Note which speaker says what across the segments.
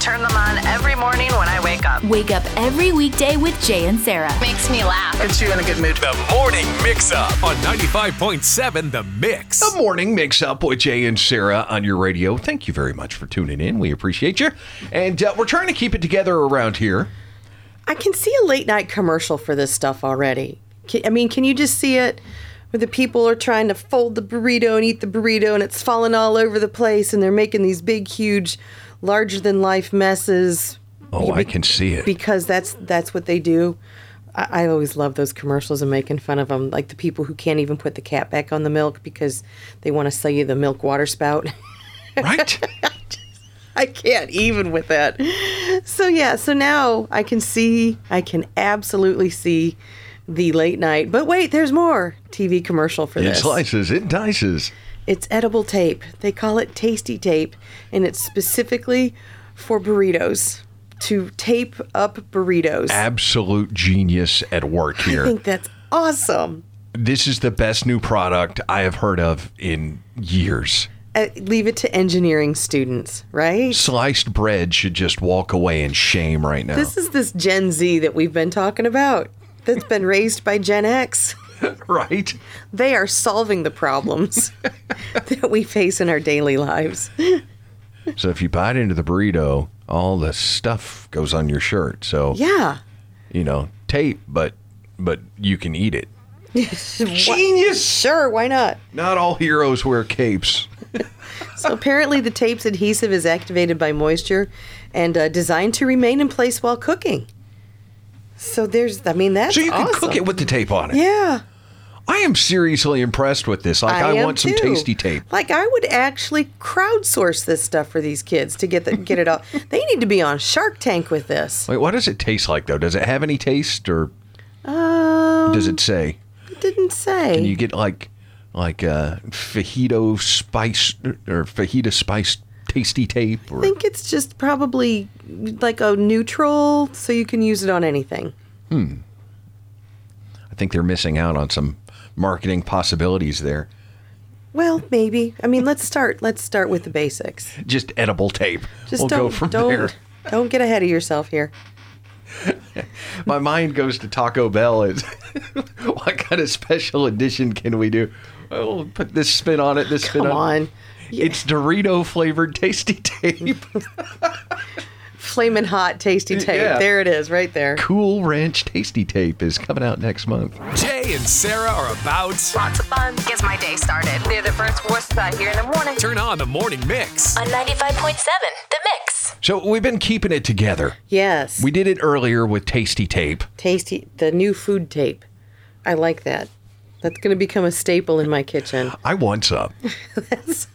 Speaker 1: turn them on every morning when I wake up.
Speaker 2: Wake up every weekday with Jay and Sarah.
Speaker 3: Makes me laugh.
Speaker 1: Gets you in a good mood.
Speaker 4: The morning mix up on 95.7 The Mix.
Speaker 5: The morning mix up with Jay and Sarah on your radio. Thank you very much for tuning in. We appreciate you. And uh, we're trying to keep it together around here.
Speaker 6: I can see a late night commercial for this stuff already. Can- I mean, can you just see it? Where the people are trying to fold the burrito and eat the burrito, and it's falling all over the place, and they're making these big, huge, larger than life messes
Speaker 5: Oh, I can see it.
Speaker 6: because that's that's what they do. I, I always love those commercials and making fun of them, like the people who can't even put the cap back on the milk because they want to sell you the milk water spout.
Speaker 5: Right?
Speaker 6: I can't even with that. So yeah, so now I can see, I can absolutely see the late night. But wait, there's more TV commercial for
Speaker 5: it
Speaker 6: this.
Speaker 5: slices, it dices.
Speaker 6: It's edible tape. They call it tasty tape, and it's specifically for burritos to tape up burritos.
Speaker 5: Absolute genius at work
Speaker 6: I
Speaker 5: here.
Speaker 6: think that's awesome.
Speaker 5: This is the best new product I have heard of in years.
Speaker 6: Uh, leave it to engineering students, right?
Speaker 5: Sliced bread should just walk away in shame right now.
Speaker 6: This is this Gen Z that we've been talking about that's been raised by Gen X.
Speaker 5: right?
Speaker 6: They are solving the problems that we face in our daily lives.
Speaker 5: So if you bite into the burrito, all the stuff goes on your shirt. So
Speaker 6: Yeah.
Speaker 5: you know, tape, but but you can eat it. Genius.
Speaker 6: Sure, why not?
Speaker 5: Not all heroes wear capes.
Speaker 6: So apparently, the tape's adhesive is activated by moisture and uh, designed to remain in place while cooking. So there's, I mean, that's
Speaker 5: So you can cook
Speaker 6: awesome.
Speaker 5: it with the tape on it.
Speaker 6: Yeah.
Speaker 5: I am seriously impressed with this. Like I,
Speaker 6: am
Speaker 5: want some
Speaker 6: too.
Speaker 5: tasty tape.
Speaker 6: Like I would actually crowdsource this stuff for these kids to get the, get it all. they need to be on Shark Tank with this.
Speaker 5: Wait, what does it taste like though? Does it have any taste or
Speaker 6: Um,
Speaker 5: does it say?
Speaker 6: it didn't say.
Speaker 5: And you get like like uh fajito spice or fajita spice tasty tape or
Speaker 6: I think it's just probably like a neutral, so you can use it on anything.
Speaker 5: I think they're missing out on some marketing possibilities there.
Speaker 6: Well, maybe. I mean, let's start. Let's start with the basics.
Speaker 5: Just edible tape.
Speaker 6: Just
Speaker 5: we'll
Speaker 6: don't
Speaker 5: go from
Speaker 6: don't
Speaker 5: there.
Speaker 6: don't get ahead of yourself here.
Speaker 5: My mind goes to Taco Bell. Is what kind of special edition can we do? Oh, we'll put this spin on it. This spin
Speaker 6: Come
Speaker 5: on.
Speaker 6: on,
Speaker 5: It's Dorito flavored tasty tape,
Speaker 6: flaming hot, tasty tape.
Speaker 5: Yeah.
Speaker 6: There it is, right there.
Speaker 5: Cool Ranch tasty tape is coming out next month.
Speaker 4: Jay and Sarah are about to
Speaker 3: Lots of fun.
Speaker 1: Gets my day started.
Speaker 3: They're the first worst out here in the morning.
Speaker 4: turn on the morning mix.
Speaker 7: On 95.7, The Mix.
Speaker 5: So we've been keeping it together.
Speaker 6: Yes,
Speaker 5: We did it earlier with tasty tape.
Speaker 6: tasty. The new food tape. I like that. That's going to become a staple in my kitchen.
Speaker 5: I want some.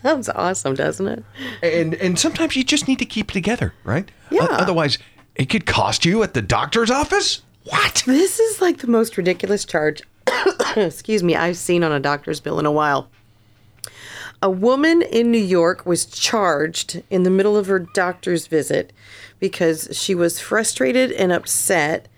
Speaker 6: Sounds awesome, doesn't it?
Speaker 5: And and sometimes you just need to keep it together, right?
Speaker 6: Yeah.
Speaker 5: otherwise, it could cost you at the doctor's office. What?
Speaker 6: This is like the most ridiculous charge, excuse me, I've seen on a doctor's bill in a while. A woman in New York was charged in the middle of her doctor's visit because she was frustrated and upset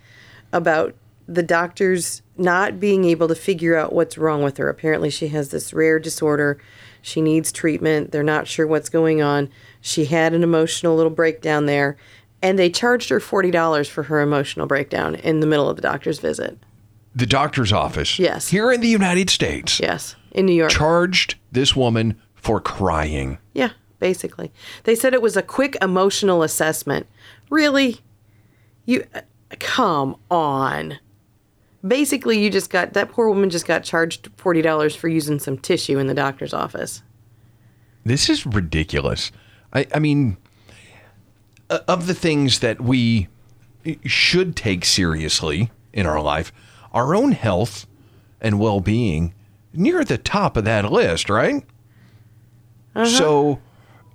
Speaker 6: about the doctors not being able to figure out what's wrong with her. Apparently, she has this rare disorder. She needs treatment. They're not sure what's going on. She had an emotional little breakdown there, and they charged her $40 for her emotional breakdown in the middle of the doctor's visit.
Speaker 5: The doctor's office.
Speaker 6: Yes.
Speaker 5: Here in the United States.
Speaker 6: Yes, in New York.
Speaker 5: charged this woman for crying.
Speaker 6: Yeah, basically. They said it was a quick emotional assessment. Really? You uh, come on. Basically, you just got that poor woman just got charged $40 for using some tissue in the doctor's office.
Speaker 5: This is ridiculous. I, I mean, uh, of the things that we should take seriously in our life, our own health and well being near the top of that list, right? So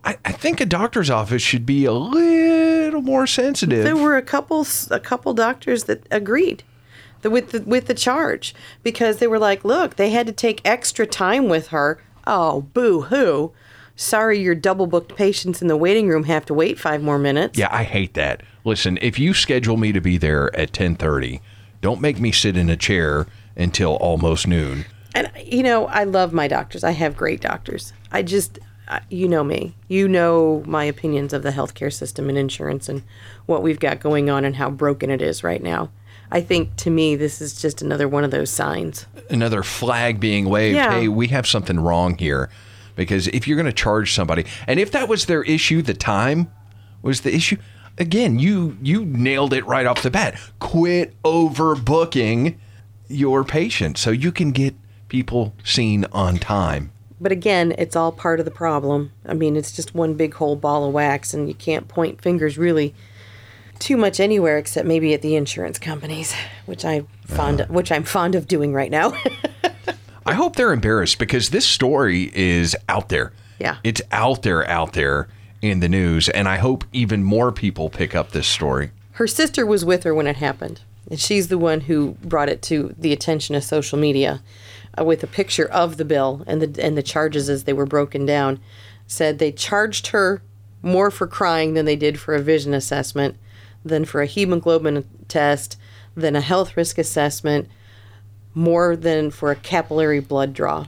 Speaker 5: I, I think a doctor's office should be a little more sensitive.
Speaker 6: There were a couple s- a couple doctors that agreed the- with the, with the charge because they were like, "Look, they had to take extra time with her." Oh, boo hoo. Sorry, your double booked patients in the waiting room have to wait 5 more minutes.
Speaker 5: Yeah, I hate that. Listen, if you schedule me to be there at 10:30, don't make me sit in a chair until almost noon.
Speaker 6: And you know, I love my doctors. I have great doctors. I just uh, you know me. You know my opinions of the healthcare system and insurance and what we've got going on and how broken it is right now. I think to me, this is just another one of those signs.
Speaker 5: another flag being waved.
Speaker 6: Yeah.
Speaker 5: Hey, we have something wrong here. Because if you're going to charge somebody, and if that was their issue, the time was the issue. Again, you you nailed it right off the bat. Quit overbooking your patient so you can get people seen on time.
Speaker 6: But again, it's all part of the problem. I mean, it's just one big whole ball of wax, and you can't point fingers really too much anywhere except maybe at the insurance companies, which I fond of, which I'm fond of doing right now.
Speaker 5: I hope they're embarrassed because this story is out there.
Speaker 6: Yeah.
Speaker 5: It's out there out there in the news and I hope even more people pick up this story.
Speaker 6: her sister was with her when it happened, and she's the one who brought it to the attention of social media uh, with a picture of the bill and the and the charges as they were broken down. Said they charged her more for crying than they did for a vision assessment, than for a hemoglobin test, than a health risk assessment, more than for a capillary blood draw.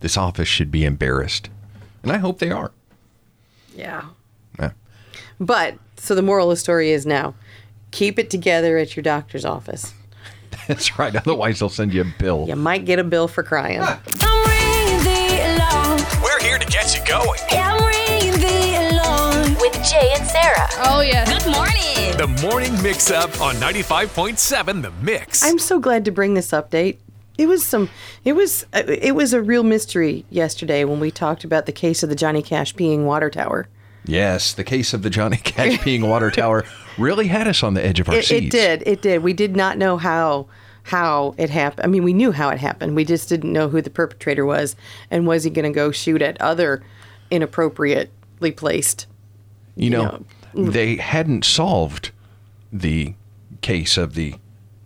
Speaker 5: This office should be embarrassed. And I hope they are.
Speaker 6: Yeah.
Speaker 5: Yeah.
Speaker 6: But so the moral of the story is now keep it together at your doctor's office.
Speaker 5: That's right. Otherwise, they'll send you a bill.
Speaker 6: You might get a bill for crying.
Speaker 8: I'm really alone.
Speaker 4: We're here to get you going.
Speaker 8: I'm really alone.
Speaker 7: With Jay and Sarah.
Speaker 9: Oh, yeah.
Speaker 7: Good morning.
Speaker 4: The morning mix up on 95.7 The Mix.
Speaker 6: I'm so glad to bring this update. It was some. It was. uh, It was a real mystery yesterday when we talked about the case of the Johnny Cash peeing water tower.
Speaker 5: Yes, the case of the Johnny Cash peeing water tower really had us on the edge of our
Speaker 6: It,
Speaker 5: seats.
Speaker 6: it did. It did. We did not know how how it happened. I mean, we knew how it happened. We just didn't know who the perpetrator was, and was he going to go shoot at other inappropriately placed?
Speaker 5: You know,
Speaker 6: Mm.
Speaker 5: they hadn't solved the case of the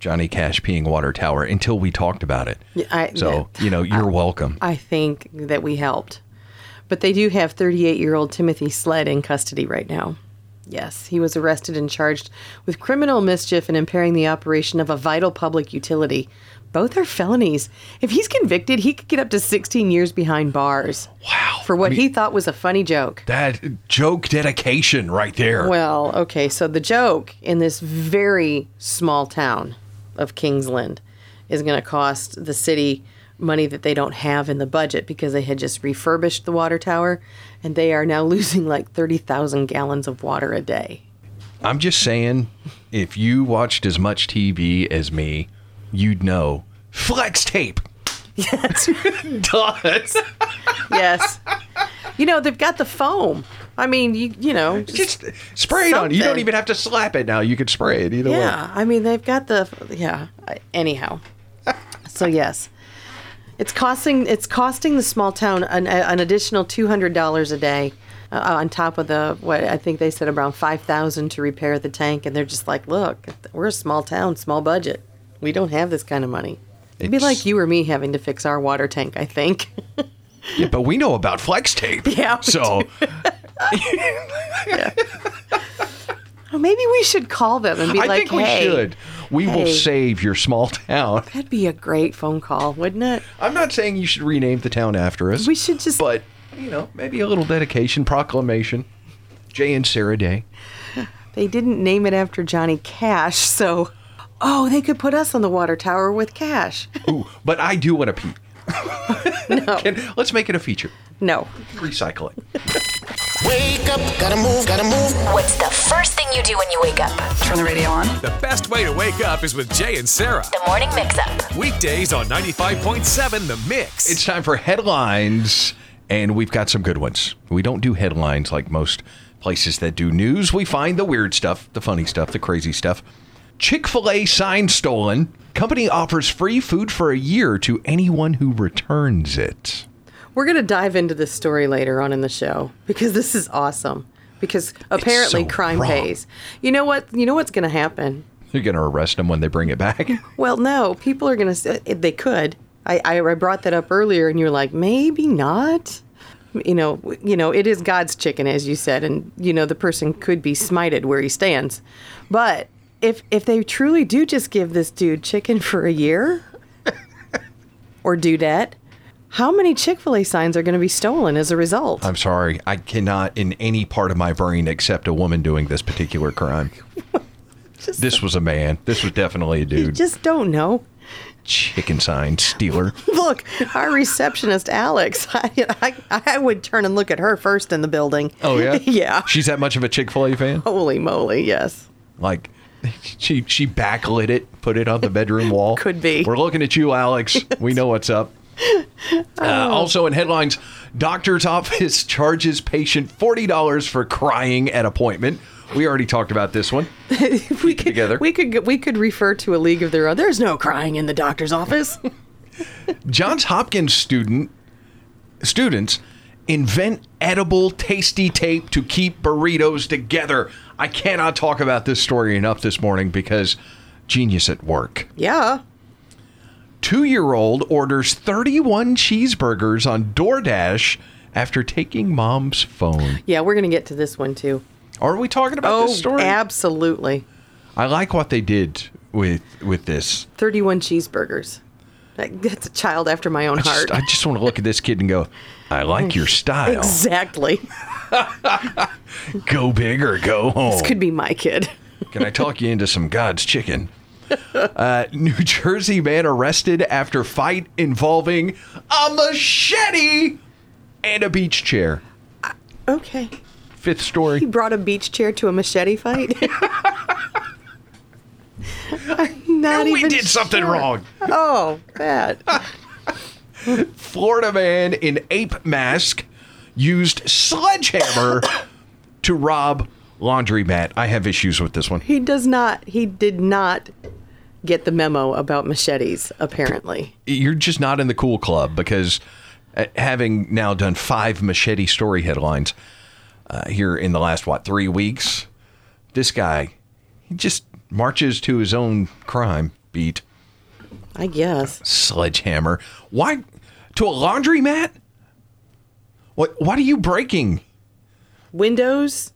Speaker 5: Johnny Cash peeing water tower until we talked about it.
Speaker 6: I-
Speaker 5: so, you know, you're welcome.
Speaker 6: I think that we helped. But they do have 38 year old Timothy Sled in custody right now. Yes, he was arrested and charged with criminal mischief and impairing the operation of a vital public utility. Both are felonies. If he's convicted, he could get up to 16 years behind bars. Wow. For what he thought was a funny joke.
Speaker 5: that joke dedication right there.
Speaker 6: Well, okay, so the joke in this very small town of Kingsland is going to cost the city money that they don't have in the budget because they had just refurbished the water tower and they are now losing like 30,000 gallons of water a day.
Speaker 5: I'm just saying, if you watched as much TV as me, you'd know flex tape does.
Speaker 6: yes. You know, they've got the foam. I mean, you you know,
Speaker 5: Just spray it on. You don't
Speaker 6: Something.
Speaker 5: even have to slap it now. You could spray it either way.
Speaker 6: Yeah, I mean they've got the yeah. I- Anyhow, so yes, it's costing it's costing the small town an, an additional two hundred dollars a day uh, on top of the what I think they said around five thousand to repair the tank, and they're just like, look, we're a small town, small budget, we don't have this kind of money. It'd be
Speaker 5: It's-
Speaker 6: like you or me having to fix our water tank, I think.
Speaker 5: Yeah, but we know about flex tape.
Speaker 6: Yeah, we
Speaker 5: So
Speaker 6: Or Maybe we should call them and be
Speaker 5: I
Speaker 6: like,
Speaker 5: think we
Speaker 6: hey,
Speaker 5: should. We will
Speaker 6: hey.
Speaker 5: save your small town.
Speaker 6: that'd be a great phone call, wouldn't it?
Speaker 5: I'm not saying you should rename the town after us.
Speaker 6: We should just
Speaker 5: But, you know, maybe a little dedication, proclamation. Jay and Sarah Day.
Speaker 6: They didn't name it after Johnny Cash, so oh, they could put us on the water tower with Cash.
Speaker 5: Ooh, but I do want to pee. no. let's make it a feature.
Speaker 6: No.
Speaker 5: Recycle it.
Speaker 10: Wake up, gotta move, gotta move.
Speaker 7: What's the first thing you do when you wake up?
Speaker 1: Turn the radio on.
Speaker 4: the best way to wake up is with Jay and Sarah.
Speaker 7: The morning mix up.
Speaker 4: Weekdays on 95.7 The Mix.
Speaker 5: It's time for headlines, and we've got some good ones. We don't do headlines like most places that do news. We find the weird stuff, the funny stuff, the crazy stuff. Chick fil A sign stolen. Company offers free food for a year to anyone who returns it.
Speaker 6: We're going to dive into this story later on in the show because this is awesome. Because apparently
Speaker 5: so
Speaker 6: crime
Speaker 5: wrong.
Speaker 6: pays. You know what? You know what's going to happen?
Speaker 5: They're going to arrest them when they bring it back.
Speaker 6: Well, no, people are going to they could. I, I I brought that up earlier and you're like, "Maybe not." You know, w- you know, it is God's chicken as you said and you know the person could be smited where he stands. But if if they truly do just give this dude chicken for a year or do that, How many Chick fil A signs are going to be stolen as a result?
Speaker 5: I'm sorry. I cannot in any part of my brain accept a woman doing this particular crime. this was a man. This was definitely a
Speaker 6: you
Speaker 5: dude.
Speaker 6: just don't know.
Speaker 5: Chicken sign stealer.
Speaker 6: Look, our receptionist, Alex, I, I, I would turn and look at her first in the building.
Speaker 5: Oh yeah.
Speaker 6: yeah. Oh.
Speaker 5: She's that much of a Chick Fil A fan.
Speaker 6: Holy moly, yes.
Speaker 5: Like, she she backlit it, put it on the bedroom wall.
Speaker 6: Could be. Oh.
Speaker 5: We're looking at you, Alex. We know what's up. Uh, also in headlines, doctor's office charges patient forty dollars for crying at appointment. We already talked about this one.
Speaker 6: We could,
Speaker 5: together.
Speaker 6: we could we could refer to a league of their own. There's no crying in the doctor's office.
Speaker 5: Johns Hopkins student students invent edible tasty tape to keep burritos together. I cannot talk about this story enough this morning because genius at work.
Speaker 6: yeah.
Speaker 5: Two year old orders 31 cheeseburgers on DoorDash after taking mom's phone.
Speaker 6: Yeah, we're going to get to this one too.
Speaker 5: Are we talking about
Speaker 6: Oh,
Speaker 5: this story?
Speaker 6: absolutely.
Speaker 5: I like what they did with with this.
Speaker 6: 31 cheeseburgers. That- That's a child after my own
Speaker 5: I
Speaker 6: heart.
Speaker 5: just, I just want to look at this kid and go, I like your style.
Speaker 6: exactly.
Speaker 5: Go big or go home.
Speaker 6: This could be my kid.
Speaker 5: Can I talk you into some God's chicken? Uh, New Jersey man arrested after fight involving a machete and a beach chair.
Speaker 6: Okay.
Speaker 5: Fifth story.
Speaker 6: He brought a beach chair to a machete fight. I'm not
Speaker 5: We
Speaker 6: even
Speaker 5: did something
Speaker 6: sure.
Speaker 5: wrong.
Speaker 6: Oh, bad.
Speaker 5: Florida man in ape mask used sledgehammer to rob laundromat. I have issues with this one.
Speaker 6: He does not. He did not get the memo about machetes. Apparently,
Speaker 5: You're just not in the cool club because uh, having now done five machete story headlines uh, here in the last what three weeks, this guy he just marches to his own crime beat.
Speaker 6: I guess
Speaker 5: Sledgehammer. Why to a laundromat? What? What are you breaking?
Speaker 6: windows.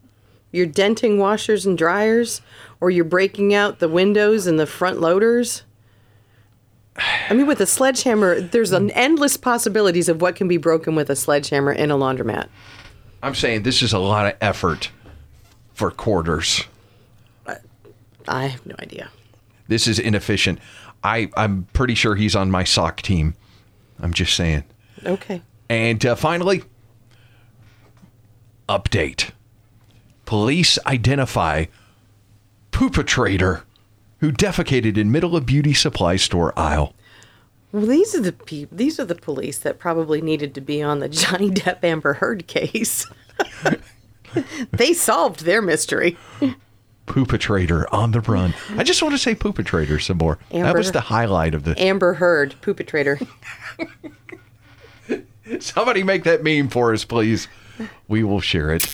Speaker 6: You're denting washers and dryers, or you're breaking out the windows and the front loaders. I mean, with a sledgehammer, there's an endless possibilities of what can be broken with a sledgehammer in a laundromat.
Speaker 5: I'm saying this is a lot of effort for quarters.
Speaker 6: I have no idea.
Speaker 5: This is inefficient. I, I'm pretty sure he's on my sock team. I'm just saying.
Speaker 6: Okay.
Speaker 5: And uh, finally, update. Police identify perpetrator who defecated in middle of beauty supply store aisle.
Speaker 6: Well, these are the peop these are the police that probably needed to be on the Johnny Depp Amber Heard case. they solved their mystery.
Speaker 5: Perpetrator on the run. I just want to say perpetrator some more. That
Speaker 6: Amber.
Speaker 5: was the highlight of the.
Speaker 6: Amber Heard, perpetrator.
Speaker 5: Somebody make that meme for us, please. We will share it.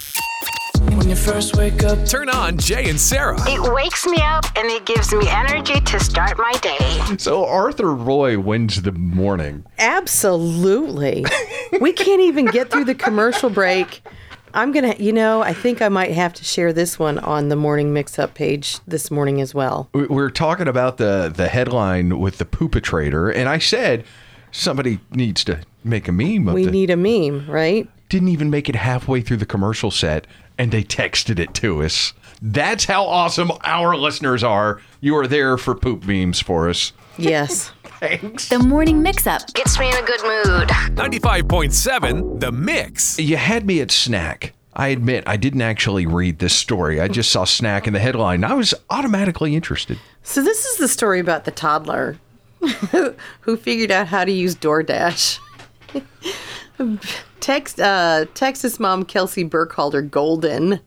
Speaker 4: Turn on Jay and Sarah.
Speaker 3: It wakes me up and it gives me energy to start my day.
Speaker 5: So Arthur Roy wins the morning.
Speaker 6: Absolutely. we can't even get through the commercial break. I'm going to, you know, I think I might have to share this one on the morning mix up page this morning as well.
Speaker 5: we we were talking about the the headline with the poopatrator, and I said somebody needs to make a meme of
Speaker 6: We
Speaker 5: the-
Speaker 6: need a meme, right?
Speaker 5: Didn't even make it halfway through the commercial set, and they texted it to us. That's how awesome our listeners are. You are there for poop memes for us.
Speaker 6: Yes.
Speaker 2: The morning mix up.
Speaker 7: Gets me in a good mood.
Speaker 4: 95.7 The Mix.
Speaker 5: You had me at snack. I admit I didn't actually read this story. I just saw snack in the headline. I was automatically interested.
Speaker 6: So this is the story about the toddler who figured out how to use DoorDash. Tex uh, Texas mom Kelsey Burkhalter Golden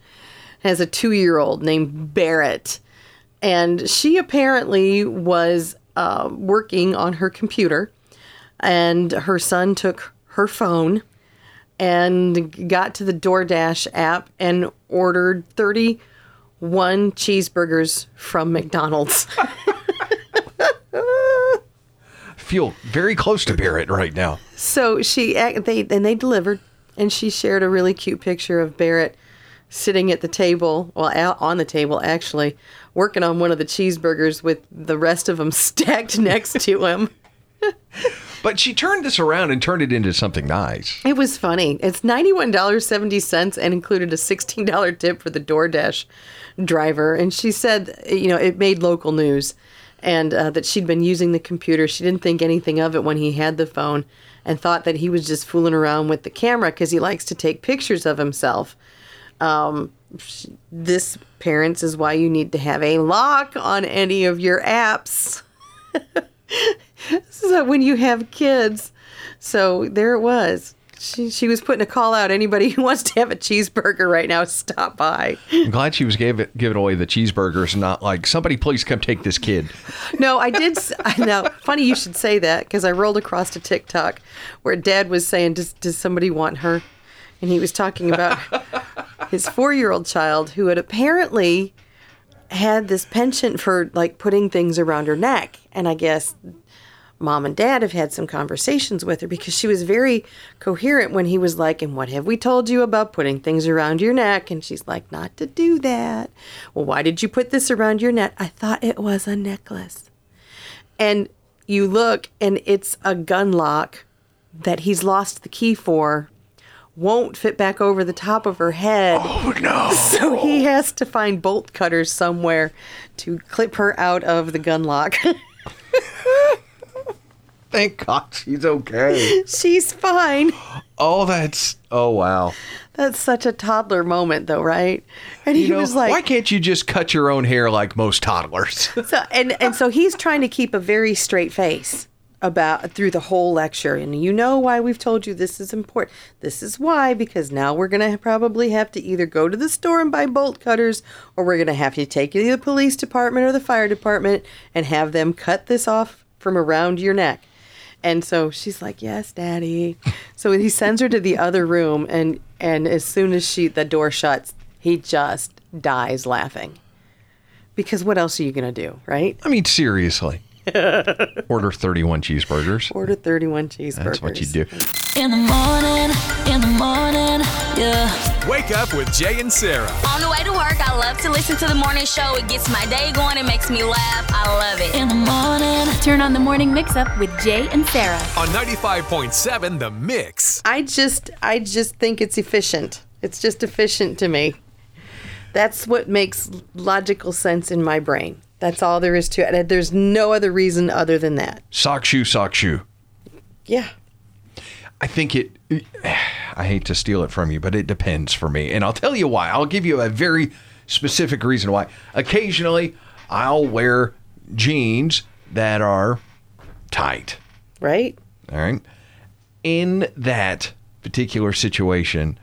Speaker 6: has a two-year-old named Barrett, and she apparently was uh, working on her computer, and her son took her phone and got to the DoorDash app and ordered 31 cheeseburgers from McDonald's.
Speaker 5: Feel very close to Barrett right now.
Speaker 6: So she ac- they and they delivered, and she shared a really cute picture of Barrett sitting at the table, well, out on the table actually, working on one of the cheeseburgers with the rest of them stacked next to him.
Speaker 5: But she turned this around and turned it into something nice.
Speaker 6: It was funny. It's $91.70 and included a $16 tip for the DoorDash driver. And she said, you know, it made local news and uh, that she'd been using the computer. She didn't think anything of it when he had the phone and thought that he was just fooling around with the camera because he likes to take pictures of himself. Um, sh- this, parents, is why you need to have a lock on any of your apps. so when you have kids. So there it was. She, she was putting a call out. Anybody who wants to have a cheeseburger right now, stop by.
Speaker 5: I'm glad she was gave it, giving away the cheeseburgers, and not like somebody please come take this kid.
Speaker 6: No, I did. s- I know. Funny you should say that because I rolled across a TikTok where Dad was saying, "Does does somebody want her?" And he was talking about his four year old child who had apparently had this penchant for like putting things around her neck, and I guess mom and dad have had some conversations with her because she was very coherent when he was like, And what have we told you about putting things around your neck? And she's like, Not to do that. Well, why did you put this around your neck? I thought it was a necklace. And you look, and it's a gun lock that he's lost the key for, won't fit back over the top of her head.
Speaker 5: Oh no!
Speaker 6: So he has to find bolt cutters somewhere to clip her out of the gun lock.
Speaker 5: Thank God she's okay.
Speaker 6: She's fine.
Speaker 5: Oh, that's oh wow.
Speaker 6: That's such a toddler moment, though, right? And he
Speaker 5: You know,
Speaker 6: was like,
Speaker 5: why can't you just cut your own hair like most toddlers?
Speaker 6: so, and and so he's trying to keep a very straight face about through the whole lecture, and you know why we've told you this is important. This is why because now we're gonna probably have to either go to the store and buy bolt cutters, or we're gonna have to take you to the police department or the fire department and have them cut this off from around your neck. And so she's like, "Yes, Daddy." So he sends her to the other room, and and as soon as she the door shuts, he just dies laughing. Because what else are you gonna do, right?
Speaker 5: I mean, seriously. Order 31 cheeseburgers.
Speaker 6: Order thirty-one cheeseburgers.
Speaker 5: That's what you do.
Speaker 8: In the morning, in the morning, yeah.
Speaker 4: Wake up with Jay and Sarah.
Speaker 7: On the way to work, I love to listen to the morning show. It gets my day going. It makes me laugh. I love it.
Speaker 8: In the morning,
Speaker 2: Turn on the morning mix up with Jay and Sarah.
Speaker 4: On 95.7 The Mix.
Speaker 6: I just, I just think it's efficient. It's just efficient to me. That's what makes logical sense in my brain. That's all there is to it. There's no other reason other than that.
Speaker 5: Sock shoe, sock shoe.
Speaker 6: Yeah.
Speaker 5: I think it. I hate to steal it from you, but it depends for me, and I'll tell you why. I'll give you a very specific reason why. Occasionally, I'll wear jeans that are tight.
Speaker 6: Right.
Speaker 5: All right. In that particular situation,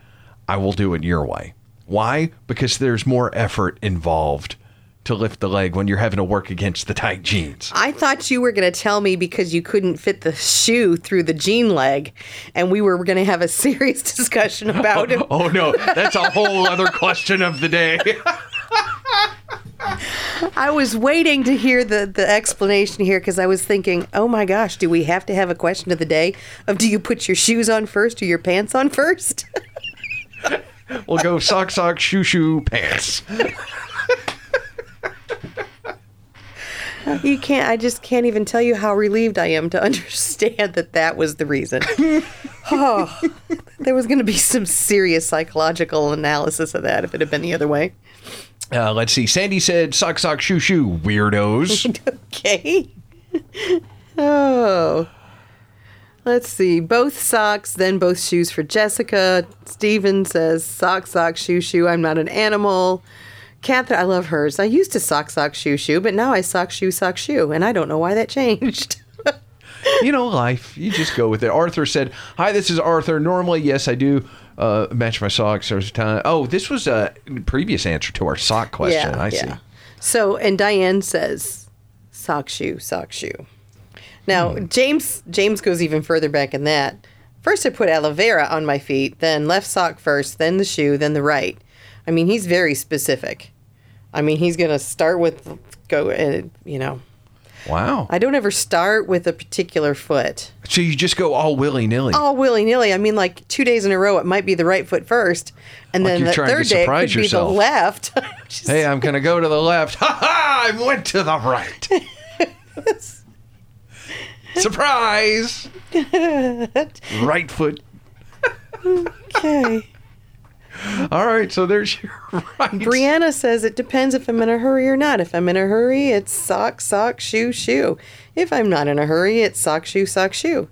Speaker 5: I will do it your way. Why? Because there's more effort involved to lift the leg when you're having to work against the tight jeans.
Speaker 6: I thought you were going to tell me because you couldn't fit the shoe through the jean leg, and we were going to have a serious discussion about it.
Speaker 5: Oh no, that's a whole other question of the day.
Speaker 6: I was waiting to hear the, the explanation here because I was thinking, oh my gosh, do we have to have a question of the day of do you put your shoes on first or your pants on first?
Speaker 5: we'll go sock, sock, shoe, shoe, pants.
Speaker 6: you can't, I just can't even tell you how relieved I am to understand that that was the reason. oh, there was going to be some serious psychological analysis of that if it had been the other way.
Speaker 5: Uh, let's see. Sandy said sock, sock, shoe, shoe, weirdos.
Speaker 6: Okay. oh. Let's see. Both socks, then both shoes for Jessica. Steven says, sock, sock, shoe, shoe. I'm not an animal. Catherine, I love hers. I used to sock, sock, shoe, shoe, but now I sock, shoe, sock, shoe. And I don't know why that changed.
Speaker 5: you know, life. You just go with it. Arthur said, "Hi, this is Arthur. Normally, yes, I do uh, match my socks every time. Oh, this was a previous answer to our sock question. I see.
Speaker 6: So, and Diane says, sock shoe, sock shoe. Now,
Speaker 5: Hmm.
Speaker 6: James James goes even further back than that. First, I put aloe vera on my feet, then left sock first, then the shoe, then the right. I mean, he's very specific. I mean, he's gonna start with go, uh, you know.
Speaker 5: Wow.
Speaker 6: I don't ever start with a particular foot.
Speaker 5: so you just go all willy nilly.
Speaker 6: All willy nilly. I mean, like two days in a row, it might be the right foot first, and
Speaker 5: Like
Speaker 6: then
Speaker 5: you're
Speaker 6: the
Speaker 5: trying to
Speaker 6: third day it could
Speaker 5: surprise
Speaker 6: be the
Speaker 5: yourself.
Speaker 6: left. Just-
Speaker 5: Hey, I'm gonna go to the left. Ha ha! I went to the right. Surprise! right foot.
Speaker 6: Okay.
Speaker 5: All right, so there's your right.
Speaker 6: Brianna says it depends if I'm in a hurry or not. If I'm in a hurry, it's sock, sock, shoe, shoe. If I'm not in a hurry, it's sock, shoe, sock, shoe.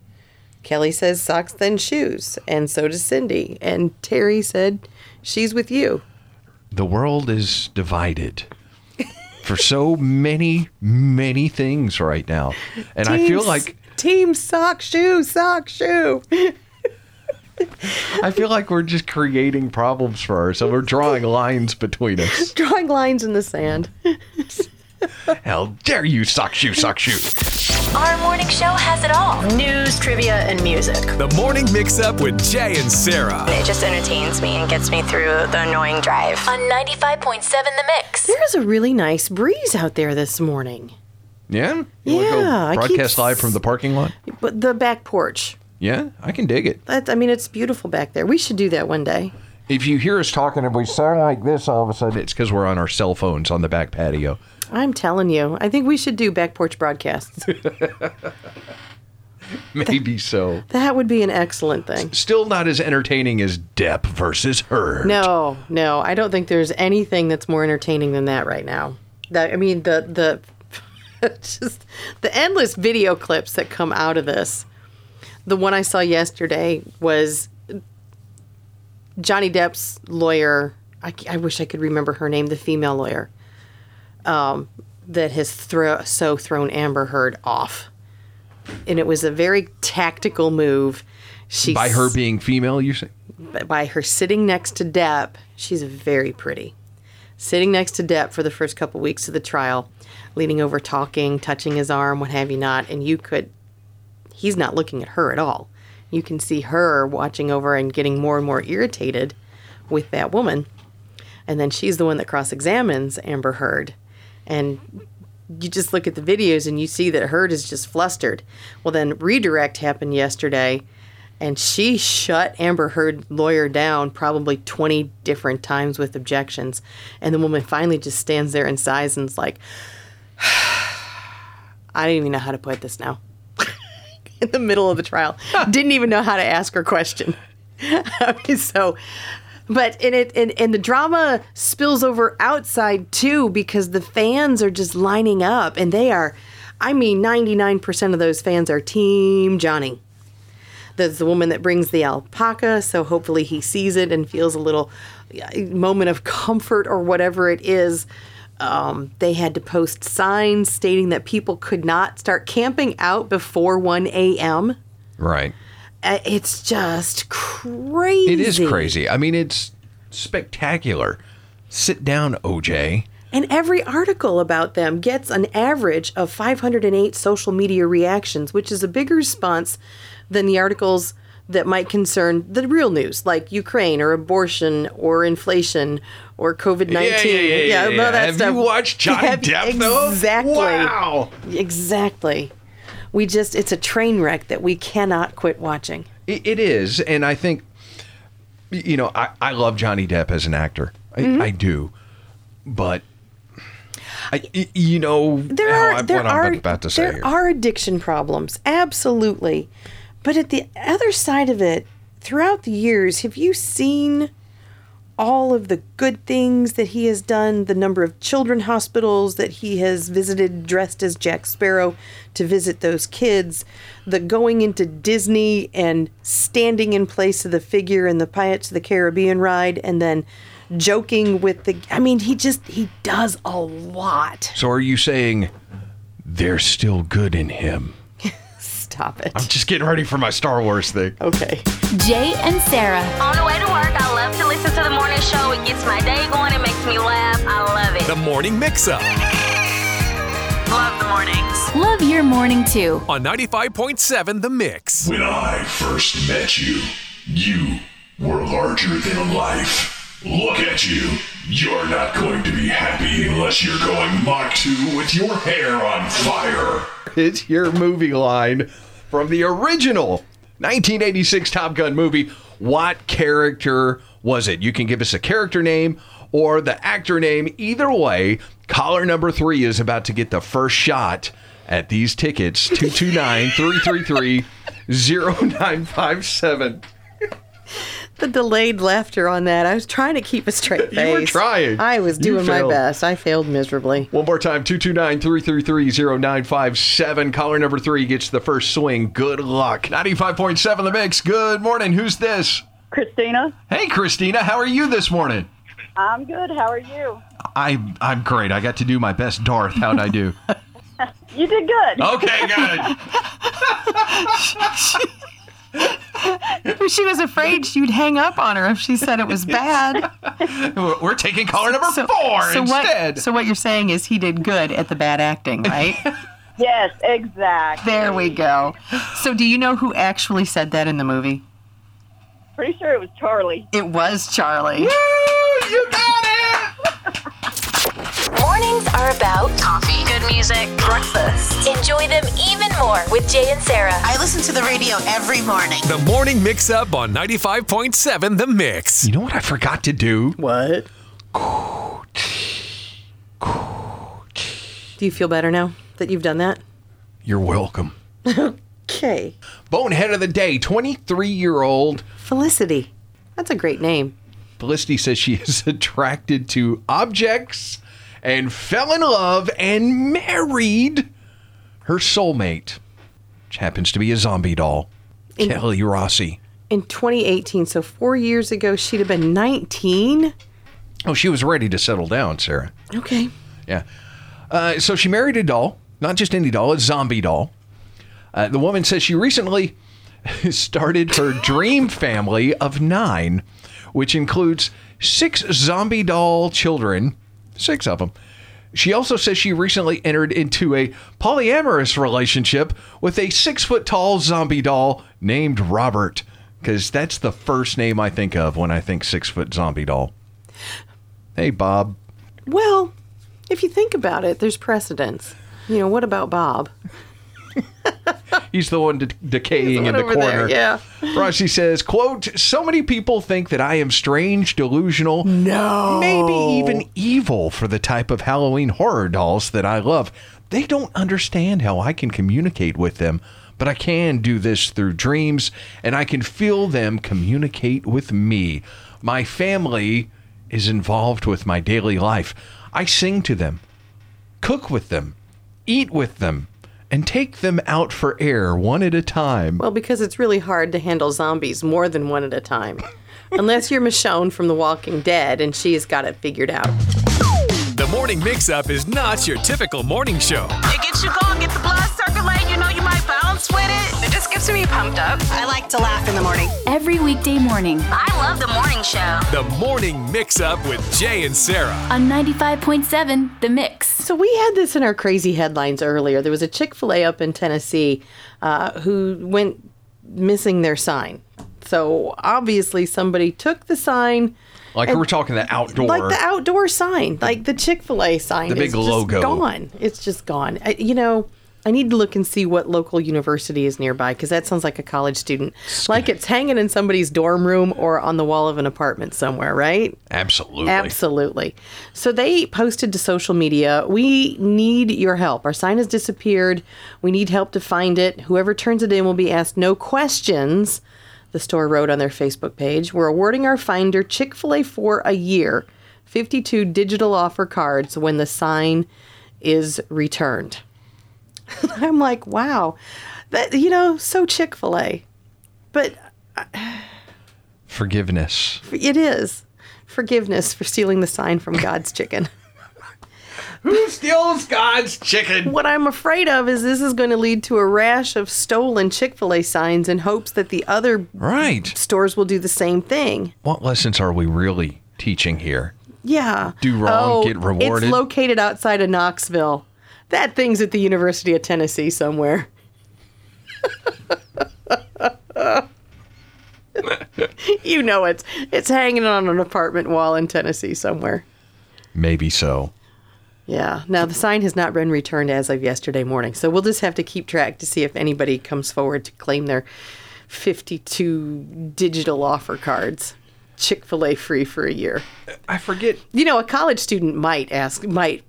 Speaker 6: Kelly says socks, then shoes. And so does Cindy. And Terry said she's with you.
Speaker 5: the world is divided for so many, many things right now. And I feel
Speaker 6: Team
Speaker 5: like
Speaker 6: s- Team sock, shoe, sock, shoe.
Speaker 5: I feel like we're just creating problems for ourselves. We're drawing lines between us.
Speaker 6: Drawing lines in the sand.
Speaker 5: How dare you sock shoe, sock shoe.
Speaker 2: Our morning show has it all.
Speaker 1: News, trivia, and music.
Speaker 4: The morning mix up with Jay and Sarah.
Speaker 7: It just entertains me and gets me through the annoying drive.
Speaker 8: On 95.7 The Mix.
Speaker 6: There is a really nice breeze out there this morning.
Speaker 5: Yeah? You wanna
Speaker 6: Yeah, I
Speaker 5: Go
Speaker 6: keep
Speaker 5: broadcast live
Speaker 6: s-
Speaker 5: from the parking lot?
Speaker 6: But the back porch.
Speaker 5: Yeah, I can dig it.
Speaker 6: That, I mean, it's beautiful back there. We should do that one day.
Speaker 5: If you hear us talking and we sound like this all of a sudden, it's because we're on our cell phones on the back patio.
Speaker 6: I'm telling you, I think we should do back porch broadcasts.
Speaker 5: Maybe so.
Speaker 6: that would be an excellent thing.
Speaker 5: Still not as entertaining as Depp versus her.
Speaker 6: No, no, I don't think there's anything that's more entertaining than that right now. That I mean, the the just the endless video clips that come out of this. The one I saw yesterday was Johnny Depp's lawyer. I, c- I wish I could remember her name, the female lawyer, um, that has thro- so thrown Amber Heard off, and it was a very tactical move. She
Speaker 5: By her
Speaker 6: s-
Speaker 5: being female, you say?
Speaker 6: but by her sitting next to Depp, she's very pretty. Sitting next to Depp for the first couple weeks of the trial, leaning over, talking, touching his arm, what have you not, and you could, he's not looking at her at all. You can see her watching over and getting more and more irritated with that woman. And then she's the one that cross examines Amber Heard. And you just look at the videos and you see that Heard is just flustered. Well, then redirect happened yesterday, and she shut Amber Heard lawyer down probably 20 different times with objections. And the woman finally just stands there and sighs and is like, I don't even know how to put this now. In the middle of the trial, didn't even know how to ask her question. Okay, so but and it and, and the drama spills over outside too because the fans are just lining up and they are i mean 99% of those fans are team johnny that's the woman that brings the alpaca so hopefully he sees it and feels a little uh, moment of comfort or whatever it is um, they had to post signs stating that people could not start camping out before 1 a.m
Speaker 5: Right.
Speaker 6: Uh, it's just crazy
Speaker 5: It is crazy. I mean, it's spectacular. Sit down, OJ.
Speaker 6: And every article about them gets an average of 508 social media reactions, which is a bigger response than the articles that might concern the real news, like Ukraine or abortion or inflation or COVID 19. all that
Speaker 5: Have you
Speaker 6: stuff.
Speaker 5: watched Johnny
Speaker 6: Have-
Speaker 5: Depp though?
Speaker 6: Exactly.
Speaker 5: Wow.
Speaker 6: Exactly. We just, it's a train wreck that we cannot quit watching.
Speaker 5: It, it is, and I think you know I, I love Johnny Depp as an actor. I,
Speaker 6: Mm-hmm.
Speaker 5: I do, but I y- you know
Speaker 6: there
Speaker 5: how
Speaker 6: are
Speaker 5: I-
Speaker 6: there
Speaker 5: what
Speaker 6: are
Speaker 5: I'm about to say
Speaker 6: there
Speaker 5: here.
Speaker 6: are addiction problems absolutely but at the other side of it throughout the years have you seen all of the good things that he has done the number of children hospitals that he has visited dressed as jack sparrow to visit those kids the going into disney and standing in place of the figure in the pirates of the caribbean ride and then joking with the i mean he just he does a lot
Speaker 5: so are you saying there's still good in him?
Speaker 6: Stop it.
Speaker 5: I'm just getting ready for my Star Wars thing.
Speaker 6: Okay.
Speaker 2: Jay and Sarah.
Speaker 7: On the way to work, I love to listen to the morning show. It gets my day going. It makes me laugh. I love it.
Speaker 4: The morning mix up
Speaker 1: Love the mornings.
Speaker 2: Love your morning too.
Speaker 4: on 95.7 The Mix.
Speaker 9: When I first met you, you were larger than life. Look at you. You're not going to be happy unless you're going Mach 2 with your hair on fire.
Speaker 5: It's your movie line from the original 1986 Top Gun movie. What character was it? You can give us a character name or the actor name. Either way, caller number three is about to get the first shot at these tickets 229 333 0957.
Speaker 6: The delayed laughter on that. I was trying to keep a straight
Speaker 5: You
Speaker 6: face.
Speaker 5: were trying.
Speaker 6: I was
Speaker 5: You
Speaker 6: doing my
Speaker 5: failed.
Speaker 6: best. I failed miserably.
Speaker 5: One more time 229 333 0957. Caller number three gets the first swing. Good luck. 95.7 the mix. Good morning. Who's this?
Speaker 11: Christina,
Speaker 5: Hey, Christina. How are you this morning?
Speaker 11: I'm good. How are you?
Speaker 5: I, I'm great. I got to do my best, Darth. How'd I do?
Speaker 11: You did good.
Speaker 5: Okay, got it.
Speaker 12: she was afraid she'd hang up on her if she said it was bad.
Speaker 5: We're we're taking caller number
Speaker 12: So-
Speaker 5: four
Speaker 12: so what-
Speaker 5: instead.
Speaker 12: so what you're saying is he did good at the bad acting, right?
Speaker 11: Yes, exactly.
Speaker 12: there we go. So do you know who actually said that in the movie?
Speaker 11: Pretty sure it was Charlie.
Speaker 12: It was Charlie.
Speaker 5: you got
Speaker 2: Mornings are about coffee, good music, breakfast. Enjoy them even more with Jay and Sarah. I listen to the radio every morning.
Speaker 4: The morning mix up on 95.7 The Mix.
Speaker 5: You know what I forgot to do?
Speaker 6: What? Do you feel better now that you've done that?
Speaker 5: You're welcome.
Speaker 6: Okay.
Speaker 5: Bonehead of the day, 23 year old
Speaker 6: Felicity. That's a great name.
Speaker 5: Felicity says she is attracted to objects and fell in love and married her soulmate, which happens to be a zombie doll, Kelly Rossi.
Speaker 6: In 2018, so four years ago, she'd have been 19.
Speaker 5: Oh, she was ready to settle down, Sarah.
Speaker 6: Okay.
Speaker 5: Yeah. Uh, so she married a doll, not just any doll, a zombie doll. Uh, the woman says she recently started her dream family of nine, which includes six zombie doll children, six of them. She also says she recently entered into a polyamorous relationship with a six foot tall zombie doll named Robert, because that's the first name I think of when I think six foot zombie doll. Hey, Bob.
Speaker 6: Well, if you think about it, there's precedence. You know, what about Bob?
Speaker 5: He's the one de- decaying in the
Speaker 6: over there,
Speaker 5: corner.
Speaker 6: yeah.
Speaker 5: Rossi says, quote, so many people think that I am strange, delusional, no. maybe even evil for the type of Halloween horror dolls that I love. They don't understand how I can communicate with them, but I can do this through dreams and I can feel them communicate with me. My family is involved with my daily life. I sing to them cook with them, eat with them, and take them out for air one at a time.
Speaker 6: Well, because it's really hard to handle zombies more than one at a time. Unless you're Michonne from The Walking Dead and she's got it figured out.
Speaker 4: The morning mix up is not your typical morning show.
Speaker 3: It gets you going, get the blood circulating. You know, you might bounce with it. It just gets me pumped up. I like to laugh in the morning.
Speaker 2: Every weekday morning
Speaker 7: I love the morning show.
Speaker 4: The morning mix up with Jay and Sarah.
Speaker 2: on 95.7 The Mix.
Speaker 6: So we had this in our crazy headlines earlier. There was a Chick Fil A up in Tennessee uh, who went missing their sign. So obviously somebody took the sign,
Speaker 5: Like
Speaker 6: and-
Speaker 5: we're talking the outdoor.
Speaker 6: like the outdoor sign, like the Chick Fil A sign,
Speaker 5: The big
Speaker 6: is just
Speaker 5: logo.
Speaker 6: gone. It's just gone. I, you know. I need to look and see what local university is nearby because that sounds like a college student. Like it's hanging in somebody's dorm room or on the wall of an apartment somewhere, right?
Speaker 5: Absolutely.
Speaker 6: Absolutely. So they posted to social media, we need your help. Our sign has disappeared. We need help to find it. Whoever turns it in will be asked no questions, the store wrote on their Facebook page. We're awarding our finder Chick fil A for a year, 52 digital offer cards when the sign is returned. I'm like, wow. That, you know, so Chick fil A. But
Speaker 5: Forgiveness.
Speaker 6: it is forgiveness for stealing the sign from God's chicken.
Speaker 5: Who steals God's chicken?
Speaker 6: What I'm afraid of is this is going to lead to a rash of stolen Chick fil A signs in hopes that the other
Speaker 5: Right.
Speaker 6: stores will do the same thing.
Speaker 5: What lessons are we really teaching here?
Speaker 6: Yeah.
Speaker 5: Do wrong,
Speaker 6: Oh,
Speaker 5: get rewarded.
Speaker 6: It's located outside of Knoxville. That thing's at the University of Tennessee somewhere. you know it's it's hanging on an apartment wall in Tennessee somewhere.
Speaker 5: Maybe so.
Speaker 6: Yeah. Now the sign has not been returned as of yesterday morning, so we'll just have to keep track to see if anybody comes forward to claim their 52 digital offer cards, Chick Fil A free for a year.
Speaker 5: I forget.
Speaker 6: You know, a college student might ask, might.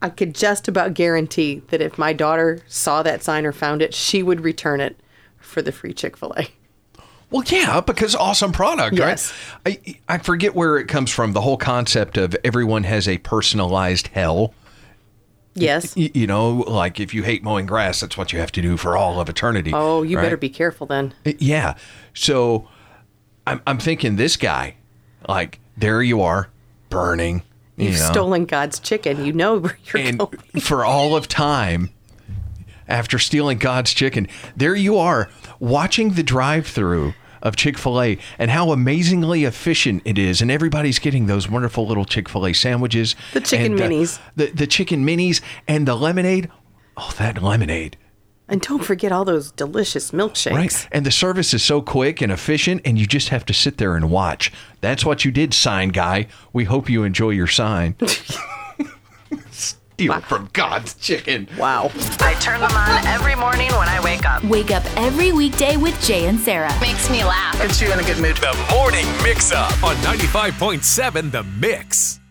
Speaker 6: I could just about guarantee that if my daughter saw that sign or found it, she would return it for the free Chick fil A.
Speaker 5: Well, yeah, because awesome product, right? I I forget where it comes from. The whole concept of everyone has a personalized hell.
Speaker 6: Yes.
Speaker 5: Y- You know, like if you hate mowing grass, that's what you have to do for all of eternity.
Speaker 6: Oh, you better
Speaker 5: right?
Speaker 6: be careful then.
Speaker 5: Yeah. So I'm, I'm thinking this guy, like, there you are, burning. You
Speaker 6: You've
Speaker 5: know,
Speaker 6: stolen God's chicken. You know where you're
Speaker 5: and
Speaker 6: going.
Speaker 5: for all of time, after stealing God's chicken, there you are, watching the drive through of Chick fil A and how amazingly efficient it is. And everybody's getting those wonderful little Chick fil A sandwiches,
Speaker 6: The chicken
Speaker 5: and, uh,
Speaker 6: minis.
Speaker 5: the, the chicken minis, and the lemonade. Oh, that lemonade.
Speaker 6: And don't forget all those delicious milkshakes.
Speaker 5: Right. And the service is so quick and efficient, and you just have to sit there and watch. That's what you did, sign guy. We hope you enjoy your sign. Steal from God's chicken.
Speaker 6: Wow.
Speaker 1: I turn them on every morning when I wake up.
Speaker 7: Wake up every weekday with Jay and Sarah. Makes me laugh.
Speaker 4: It's you in a good mood. The morning mix up on 95.7 The Mix.